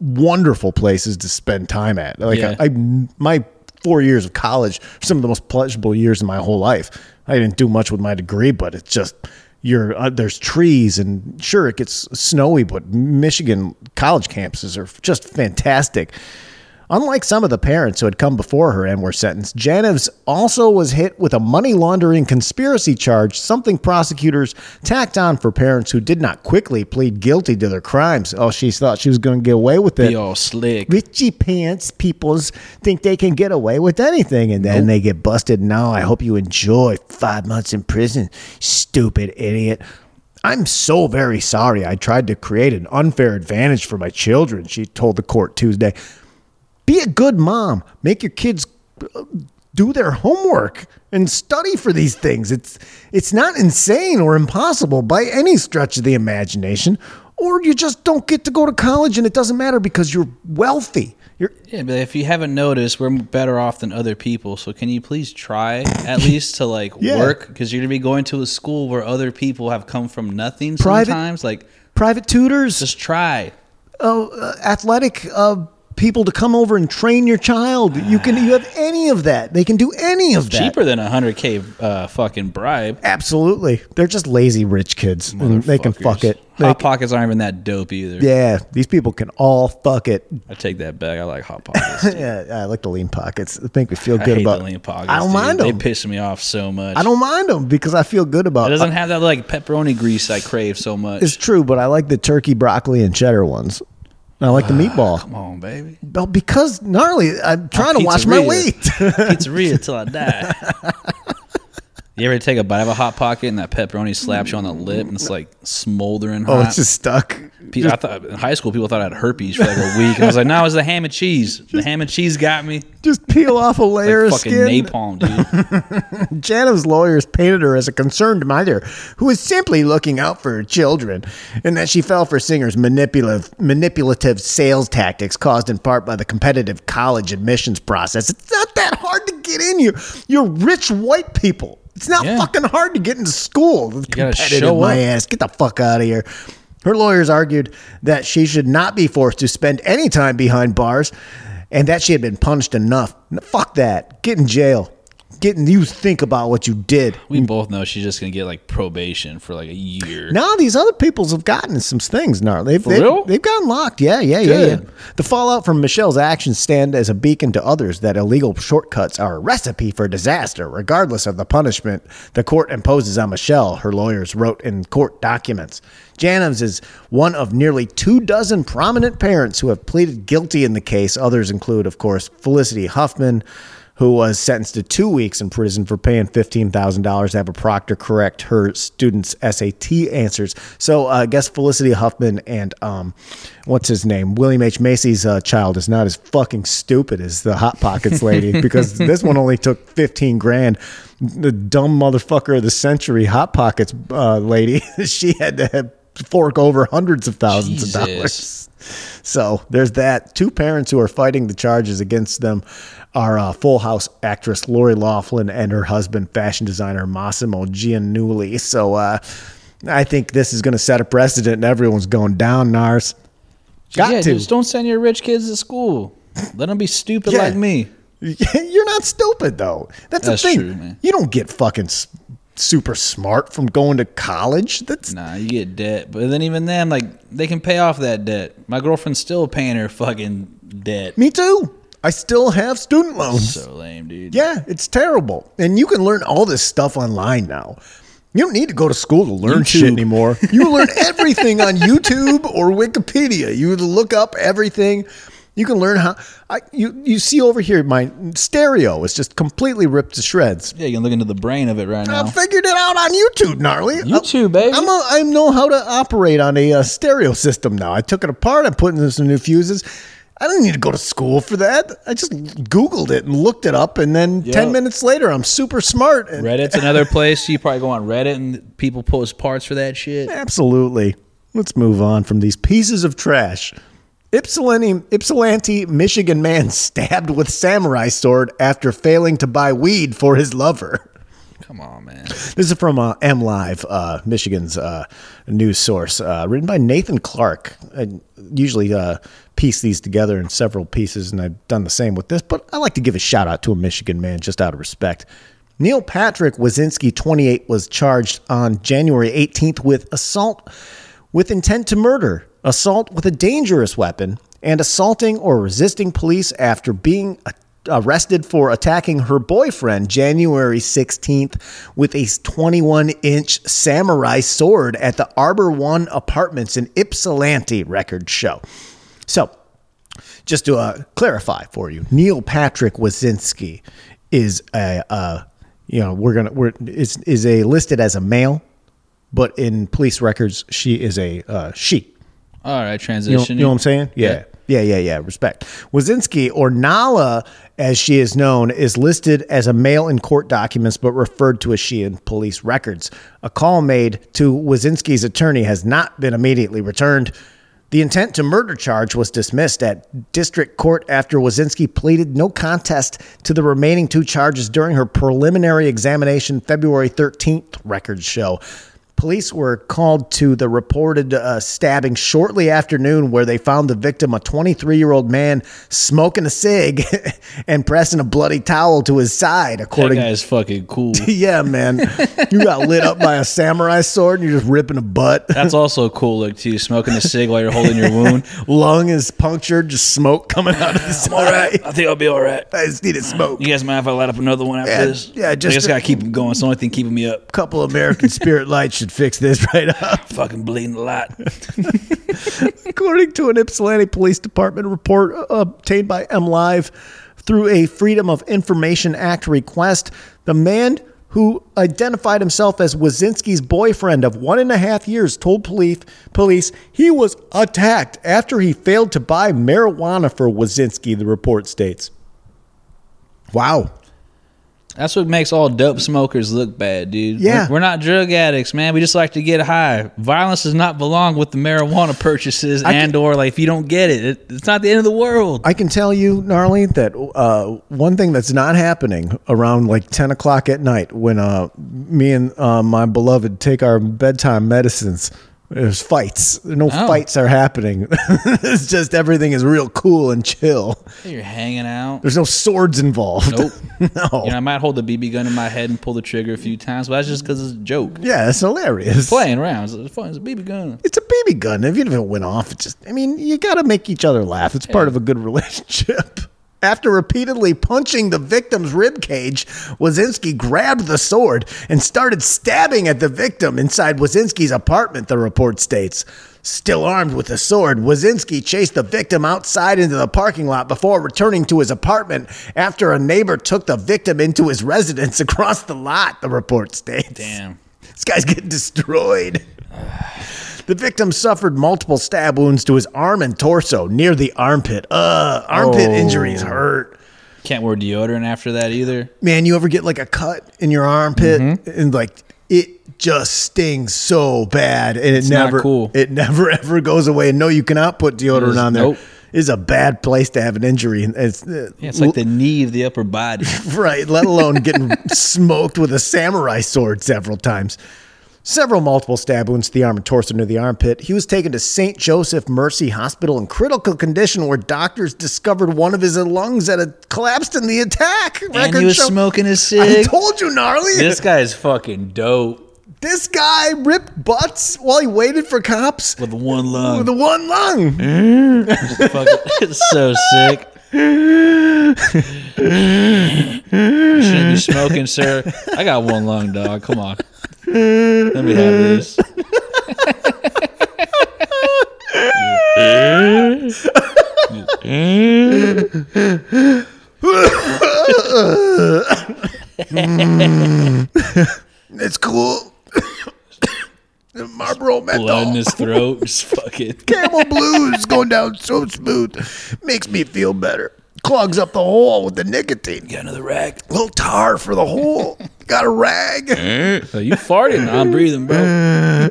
wonderful places to spend time at. Like Yeah. I, I- my four years of college, were some of the most pleasurable years in my whole life. I didn't do much with my degree, but it's just you're uh, there's trees and sure it gets snowy, but Michigan college campuses are just fantastic. Unlike some of the parents who had come before her and were sentenced, Janevs also was hit with a money laundering conspiracy charge, something prosecutors tacked on for parents who did not quickly plead guilty to their crimes. Oh, she thought she was going to get away with it. Be all slick. Richie pants peoples think they can get away with anything and then they get busted. Now I hope you enjoy five months in prison, stupid idiot. I'm so very sorry I tried to create an unfair advantage for my children, she told the court Tuesday. Be a good mom. Make your kids uh, do their homework and study for these things. It's it's not insane or impossible by any stretch of the imagination. Or you just don't get to go to college and it doesn't matter because you're wealthy. You're Yeah, but if you haven't noticed, we're better off than other people. So can you please try at least to like work? Yeah. work because you're gonna be going to a school where other people have come from nothing. Private- Sometimes, like private tutors. just try. oh, uh, athletic uh, people to come over and train your child. You can you have any of that. They can do any of that. Cheaper than a hundred k uh, fucking bribe. Absolutely, they're just lazy rich kids. And they can fuck Fuckers. it. They Hot can- pockets aren't even that dope either. yeah, these people can all fuck it. I take that back. I like hot pockets. Yeah, I like the lean pockets. They make me feel I good hate about. the lean pockets. I don't dude. mind They them. piss me off so much. I don't mind them because I feel good It about. doesn't have that like pepperoni grease I crave so much. it's true, but I like the turkey, broccoli, and cheddar ones. And I like the Ah. meatball. Come on, baby. Well, because gnarly, I'm trying to watch my Pizzeria. weight. Pizzeria till I die. You ever take a bite of a hot pocket and that pepperoni slaps you on the lip and it's like smoldering hot? oh, it's just stuck. Pe- I thought in high school people thought I had herpes for like a week. And I was like, no, it was the ham and cheese. The ham and cheese got me. Just peel off a layer Like of fucking skin. napalm, dude. Janet's lawyers painted her as a concerned mother who was simply looking out for her children, and that she fell for singers' manipulative, manipulative sales tactics caused in part by the competitive college admissions process. It's not that hard to get in here. You're rich white people. It's not Yeah. fucking hard to get into school. gotta competitive, show my up. ass. Get the fuck out of here. Her lawyers argued that she should not be forced to spend any time behind bars and that she had been punished enough. N- Fuck that. Get in jail. Getting you think about what you did. We both know she's just gonna get like probation for like a year. Now these other peoples have gotten some things. Now they've they've, real? they've gotten locked. Yeah, yeah, yeah, yeah. Good. The fallout from Michelle's actions stand as a beacon to others that illegal shortcuts are a recipe for disaster, regardless of the punishment the court imposes on Michelle. Her lawyers wrote in court documents. Janims is one of nearly two dozen prominent parents who have pleaded guilty in the case. Others include, of course, Felicity Huffman. Who was sentenced to two weeks in prison for paying fifteen thousand dollars to have a proctor correct her students' SAT answers? So uh, I guess Felicity Huffman and um, what's his name, William H Macy's uh, child is not as fucking stupid as the Hot Pockets lady because this one only took fifteen grand. The dumb motherfucker of the century, Hot Pockets uh, lady, she had to have fork over hundreds of thousands Jesus. of dollars. So there's that. Two parents who are fighting the charges against them are uh, Full House actress Lori Laughlin and her husband, fashion designer Massimo Giannulli. So uh, I think this is going to set a precedent, and everyone's going down, Nars. Got yeah, to. just don't send your rich kids to school. Let them be stupid Yeah. like me. You're not stupid though. That's, That's the thing. true, man. You don't get fucking s- super smart from going to college. That's Nah, you get debt, but then even then, like they can pay off that debt. My girlfriend's still paying her fucking debt. me too. I still have student loans. So lame, dude. Yeah, it's terrible. And you can learn all this stuff online now. You don't need to go to school to learn shit YouTube. anymore. You learn everything on YouTube or Wikipedia. You look up everything. You can learn how I you you see over here my stereo is just completely ripped to shreds. Yeah, you can look into the brain of it right I now. figured it out on YouTube, gnarly. Uh, YouTube, baby. I'm a, I know how to operate on a uh, stereo system now. I took it apart. I'm putting in some new fuses. I didn't need to go to school for that. I just Googled it and looked it up, and then ten minutes later, I'm super smart. And Reddit's another place. You probably go on Reddit and people post parts for that shit. Absolutely. Let's move on from these pieces of trash. Ypsilanti, Ypsilanti, Michigan man stabbed with samurai sword after failing to buy weed for his lover. Come on, man. This is from uh, M Live, uh, Michigan's uh, news source, uh, written by Nathan Clark. I usually uh, piece these together in several pieces, and I've done the same with this, but I like to give a shout out to a Michigan man just out of respect. Neil Patrick Wazinski, 28, was charged on January 18th with assault with intent to murder, assault with a dangerous weapon, and assaulting or resisting police after being a- arrested for attacking her boyfriend January 16th with a 21 inch samurai sword at the Arbor One Apartments in Ypsilanti record show. So, just to uh, clarify for you, Neil Patrick Wazinski is a uh, you know we're gonna we're is is a listed as a male, but in police records she is a uh, she. All right, You know, you transitioning. know what I'm saying? Yeah. yeah, yeah, yeah, Respect. Wazinski or Nala, as she is known, is listed as a male in court documents, but referred to as she in police records. A call made to Wazinski's attorney has not been immediately returned. The intent to murder charge was dismissed at district court after Wazinski pleaded no contest to the remaining two charges during her preliminary examination February 13th records show. Police were called to the reported uh, stabbing shortly after noon, where they found the victim, a 23 year old man, smoking a cig and pressing a bloody towel to his side. That According, guy is fucking cool. yeah, man, you got lit up by a samurai sword and you're just ripping a butt. That's also a cool look too. Smoking a cig while you're holding your wound. Lung is punctured, just smoke coming out of the All side. right, I think I'll be all right. I just needed smoke. You guys mind if I light up another one after Yeah, this? yeah, just- I just gotta keep 'em going. It's the only thing keeping me up. couple American Spirit lights should fix this right up. Fucking bleeding a lot. According to an Ypsilanti Police Department report obtained by M Live through a Freedom of Information Act request, the man who identified himself as Wazinski's boyfriend of one and a half years told police police he was attacked after he failed to buy marijuana for Wazinski, the report states. Wow. That's what makes all dope smokers look bad, dude. Yeah. We're, we're not drug addicts, man. We just like to get high. Violence does not belong with the marijuana purchases can- and or like if you don't get it, it, it's not the end of the world. I can tell you, gnarly, that uh, one thing that's not happening around like ten o'clock at night when uh, me and uh, my beloved take our bedtime medicines. There's fights. No Oh. fights are happening. it's just everything is real cool and chill. You're hanging out. There's no swords involved. Nope. no. You know, I might hold the BB gun in my head and pull the trigger a few times, but that's just because it's a joke. yeah, it's hilarious. Playing around. It's, it's fun. It's a BB gun. It's a BB gun. If it went off, it just, I mean, you got to make each other laugh. It's part of a good relationship. After repeatedly punching the victim's rib cage, Wazinski grabbed the sword and started stabbing at the victim inside Wazinski's apartment, the report states. Still armed with the sword, Wazinski chased the victim outside into the parking lot before returning to his apartment after a neighbor took the victim into his residence across the lot, the report states. Damn. This guy's getting destroyed. The victim suffered multiple stab wounds to his arm and torso near the armpit. Uh, armpit Oh. injuries hurt. Can't wear deodorant after that either. Man, you ever get like a cut in your armpit Mm-hmm. and like it just stings so bad and it not never cool. it never ever goes away and no you cannot put deodorant There's- on there. nope. It's a bad place to have an injury and it's, uh, Yeah, it's like the knee of the upper body. Right, let alone getting smoked with a samurai sword several times. Several multiple stab wounds to the arm and torso near the armpit. He was taken to St. Joseph Mercy Hospital in critical condition where doctors discovered one of his lungs that had collapsed in the attack. and he was smoking his I cig. told you, gnarly. This This, guy is fucking dope guy ripped butts while he waited for cops with one lung. with the one lung. Fucking- it's so sick. You Shouldn't be smoking, sir. I got one lung, dog. Come on. Let me have this. It's cool. Marlboro menthol. Blood in his throat. Just fucking. Camel Blues going down so smooth. Makes me feel better. Clogs up the hole with the nicotine. Got another rag. little tar for the hole. Got a rag. Oh, you farting. I'm breathing, bro.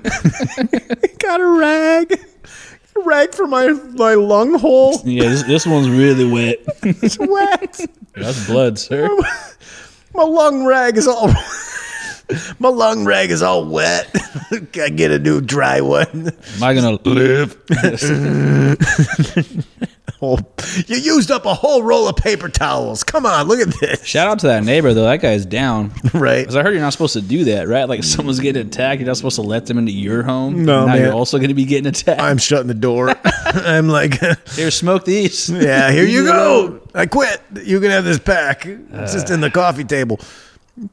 Got a rag. A rag for my, my lung hole. Yeah, this, this one's really wet. It's wet. That's blood, sir. my lung rag is all My lung rag is all wet. I get a new dry one. Am I gonna live? Oh, you used up a whole roll of paper towels. Come on, look at this. Shout out to that neighbor though. That guy's down. Right. Because I heard you're not supposed to do that, right? Like if someone's getting attacked, you're not supposed to let them into your home. No, now man. you're also going to be getting attacked. I'm shutting the door. I'm like, Here, smoke these. yeah, here you go. I quit. You can have this pack. It's just in the coffee table.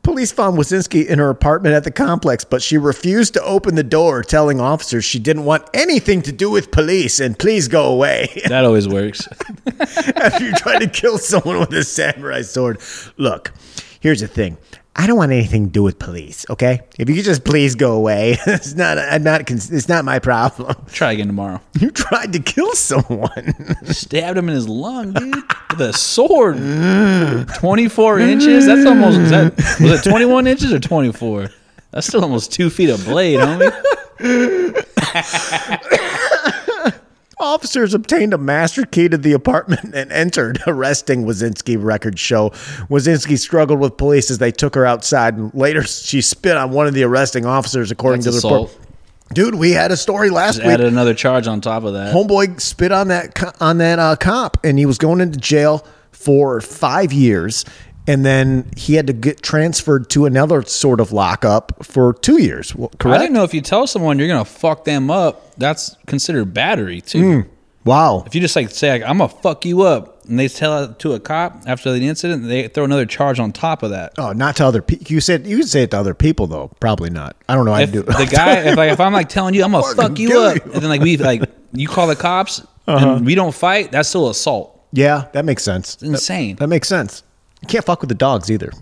Police found Wasinski in her apartment at the complex, but she refused to open the door, telling officers she didn't want anything to do with police and please go away. That always works. after you try to kill someone with a samurai sword. Look, here's the thing. I don't want anything to do with police. Okay, if you could just please go away, it's not. I'm not. cons- It's not my problem. Try again tomorrow. You tried to kill someone. Stabbed him in his lung, dude, with a sword. Twenty-four inches. That's almost. Is that, was it twenty-one inches or twenty-four? That's still almost two feet of blade, homie. Officers obtained a master key to the apartment and entered, arresting Wazinski. Records show Wazinski struggled with police as they took her outside, and later she spit on one of the arresting officers, according That's to the report. assault. Dude, we had a story last Just week. added another charge on top of that. homeboy spit on that co- on that uh, cop, and he was going into jail for five years, and then he had to get transferred to another sort of lockup for two years. Well, I correct? didn't know if you tell someone you're gonna fuck them up, that's considered battery too. Wow. If you just like say like, I'm gonna fuck you up, and they tell it to a cop after the incident, they throw another charge on top of that. Oh, not to other people. You said you could say it to other people though. Probably not. I don't know. I If do. the guy, if like if I'm like telling you I'm gonna Fucking fuck you kill up, you. and then like we like you call the cops and we don't fight, that's still assault. yeah, that makes sense. It's insane. That makes sense. You can't fuck with the dogs either.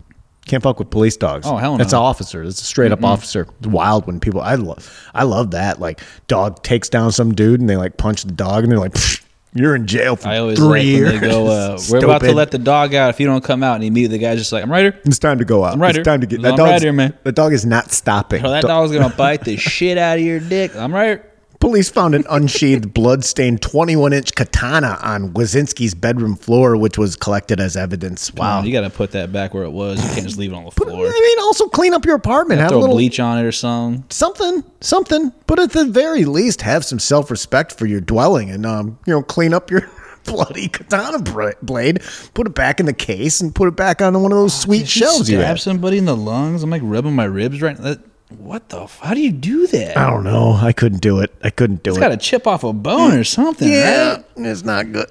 Can't fuck with police dogs. Oh, hell no. That's an officer. That's a straight up officer. It's wild when people. I love. I love that. Like dog takes down some dude and they like punch the dog and they're like, "Pfft, "You're in jail for I always three like years." when they go, uh, we're about to Stupid. let the dog out if you don't come out, and immediately the guy's just like, I'm right here. It's time to go out. I'm right here. it's time to get I'm that right dog. here, man. That dog is not stopping. Bro, that Do- dog's gonna bite the shit out of your dick. I'm right here. Police found an unsheathed, blood-stained 21-inch katana on Wazinski's bedroom floor, which was collected as evidence. Wow. You gotta put that back where it was. You can't just leave it on the But, floor. I mean, also clean up your apartment. Have a Throw little bleach on it or something. something, something. But at the very least, have some self respect for your dwelling and um, you know, clean up your bloody katana bra- blade, put it back in the case, and put it back on one of Oh, those sweet shelves you stab have. somebody in the lungs. I'm like rubbing my ribs right. That, what the? F- how do you do that? I don't know. I couldn't do it. I couldn't do It's it. got to chip off a bone or something. yeah, right? it's not good.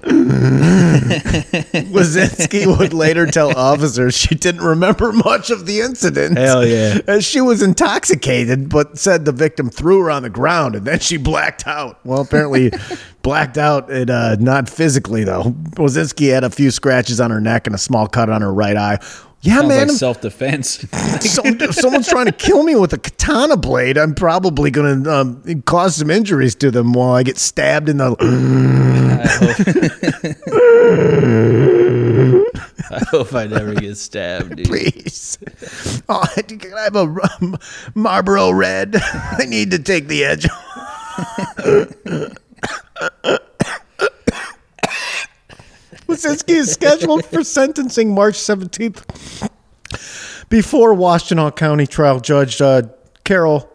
Wazinski would later tell officers she didn't remember much of the incident. Hell yeah. As she was intoxicated, but said the victim threw her on the ground and then she blacked out. Well, apparently blacked out, and, uh, not physically, though. Wazinski had a few scratches on her neck and a small cut on her right eye. Yeah, Sounds man. like self defense. so, if someone's trying to kill me with a katana blade, I'm probably going to um, cause some injuries to them while I get stabbed in the. I hope I never get stabbed, dude. please. Oh, can I have a rum- Marlboro Red? I need to take the edge. off. Wasinski is scheduled for sentencing March 17th before Washtenaw County Trial Judge uh, Carol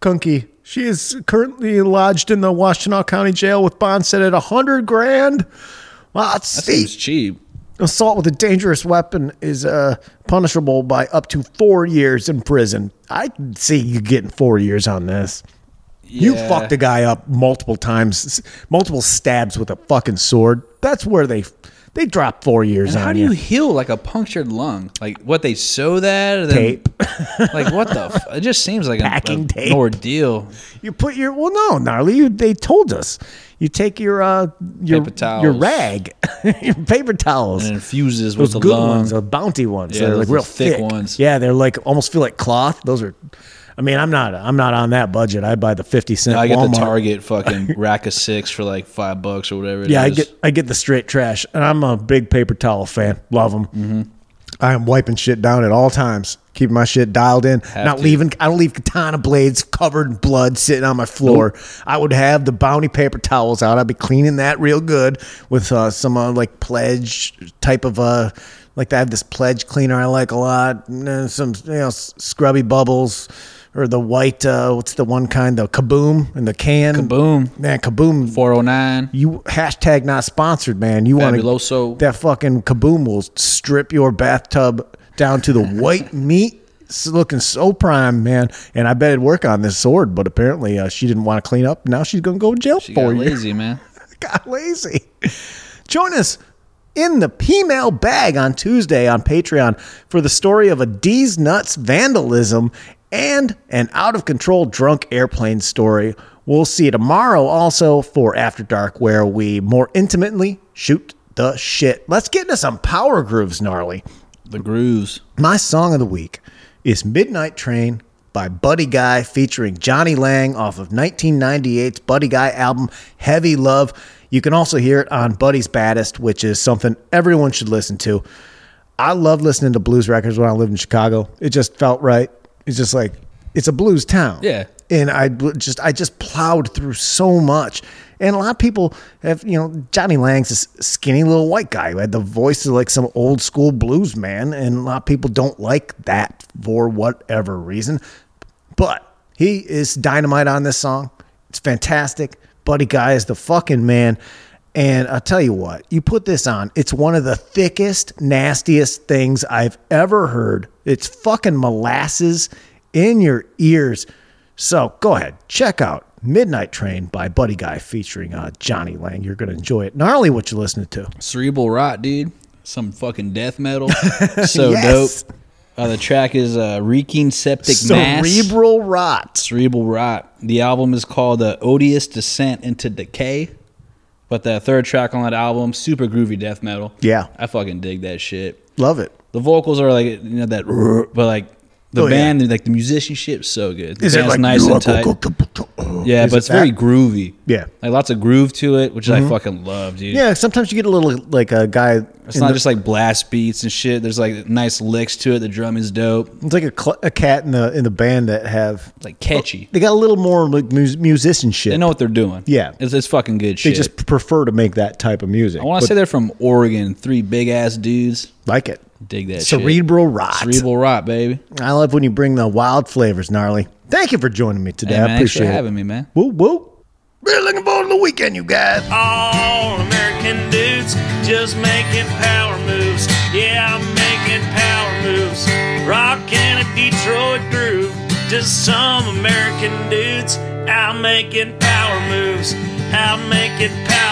Kunke. She is currently lodged in the Washtenaw County Jail with bond set at 100 grand. Wow, that's That steep. seems cheap. Assault with a dangerous weapon is uh, punishable by up to four years in prison. I can see you getting four years on this. You Yeah. fucked a guy up multiple times, s- multiple stabs with a fucking sword. That's where they they drop four years How on do you you. heal like a punctured lung? Like what they sew that? and then- Tape. like what the? F- it just seems like an, Packing an tape. ordeal. You put your well, no, gnarly. You, they told us you take your uh your Paper towels. your rag, your paper towels. And infuses those with the good lung. ones, the bounty ones. Yeah, they're those like real are thick thick, ones. Yeah, they're like almost feel like cloth. Those are. I mean, I'm not. I'm not on that budget. I buy the fifty cent. I get Walmart. the Target fucking rack of six for like five bucks or whatever. it Yeah, I is. get. I get the straight trash, Mm-hmm. and I'm a big paper towel fan. Love them. I am wiping shit down at all times. Keep my shit dialed in. Not to. leaving. I don't leave katana blades covered in blood sitting on my floor. I would have the bounty paper towels out. I'd be cleaning that real good with uh, some uh, like pledge type of uh like I have this pledge cleaner I like a lot. And then some you know s- scrubby bubbles. Or the white, uh, what's the one kind? The kaboom in the can. Kaboom. man, kaboom. 409. You hashtag not sponsored, man. You want Fabuloso. that fucking kaboom will strip your bathtub down to the white meat. It's looking so prime, man. And I bet it'd work on this sword, but apparently uh, she didn't want to clean up. Now she's gonna go to jail She got for you. lazy, man. got lazy. Join us in the P-mail bag on Tuesday on Patreon for the story of a D's nuts vandalism and an out of control drunk airplane story. We'll see you tomorrow also for After Dark, where we more intimately shoot the shit. Let's get into some power grooves, gnarly. The grooves. My song of the week is Midnight Train by Buddy Guy featuring Johnny Lang off of 1998's Buddy Guy album Heavy Love. You can also hear it on Buddy's Baddest, which is something everyone should listen to. I love listening to blues records when I lived in Chicago. It just felt right. It's just like it's a blues town Yeah. and I bl- just I just plowed through so much. And a lot of people have, you know, Johnny Lang's this skinny little white guy who had the voice of like some old school blues man, and a lot of people don't like that for whatever reason. But he is dynamite on this song. It's fantastic. Buddy Guy is the fucking man. And I'll tell you what, you put this on, it's one of the thickest, nastiest things I've ever heard. It's fucking molasses in your ears. So go ahead, check out Midnight Train by Buddy Guy featuring uh, Johnny Lang. You're going to enjoy it. Gnarly, what you listening to. Cerebral Rot, dude. Some fucking death metal. So Yes. dope. Uh, the track is uh, Reeking Septic Mass. Cerebral Rot. Cerebral Rot. The album is called uh, Odious Descent into Decay. But the third track on that album, super groovy death metal. Yeah. I fucking dig that shit. Love it. The vocals are like, you know, that, but like the Oh, yeah. band, like the musician shit's so good. The Is it band's like nice and tight. Yeah, Is but it it's very that? groovy. Yeah. Mm-hmm. Like lots of groove to it, which I fucking love, dude. Yeah, sometimes you get a little like a guy. It's not just like blast beats and shit. There's like nice licks to it. The drum is dope. It's like a, cl- a cat in the in the band that have It's like catchy. they got a little more like mus- musicianship. They know what they're doing. Oh. Yeah. It's, it's fucking good they shit. just prefer to make that type of music. I want to say they're from Oregon. Three big ass dudes. like it. Dig that shit. Cerebral rot. Cerebral rot, baby. I love when you bring the wild flavors, gnarly. Thank you for joining me today. Hey, man, I thanks appreciate for it. having me, man. Woo woo. Really looking forward to the weekend, you guys. All American dudes just making power moves. Yeah, I'm making power moves. Rocking a Detroit groove. Just some American dudes out making power moves. Out making power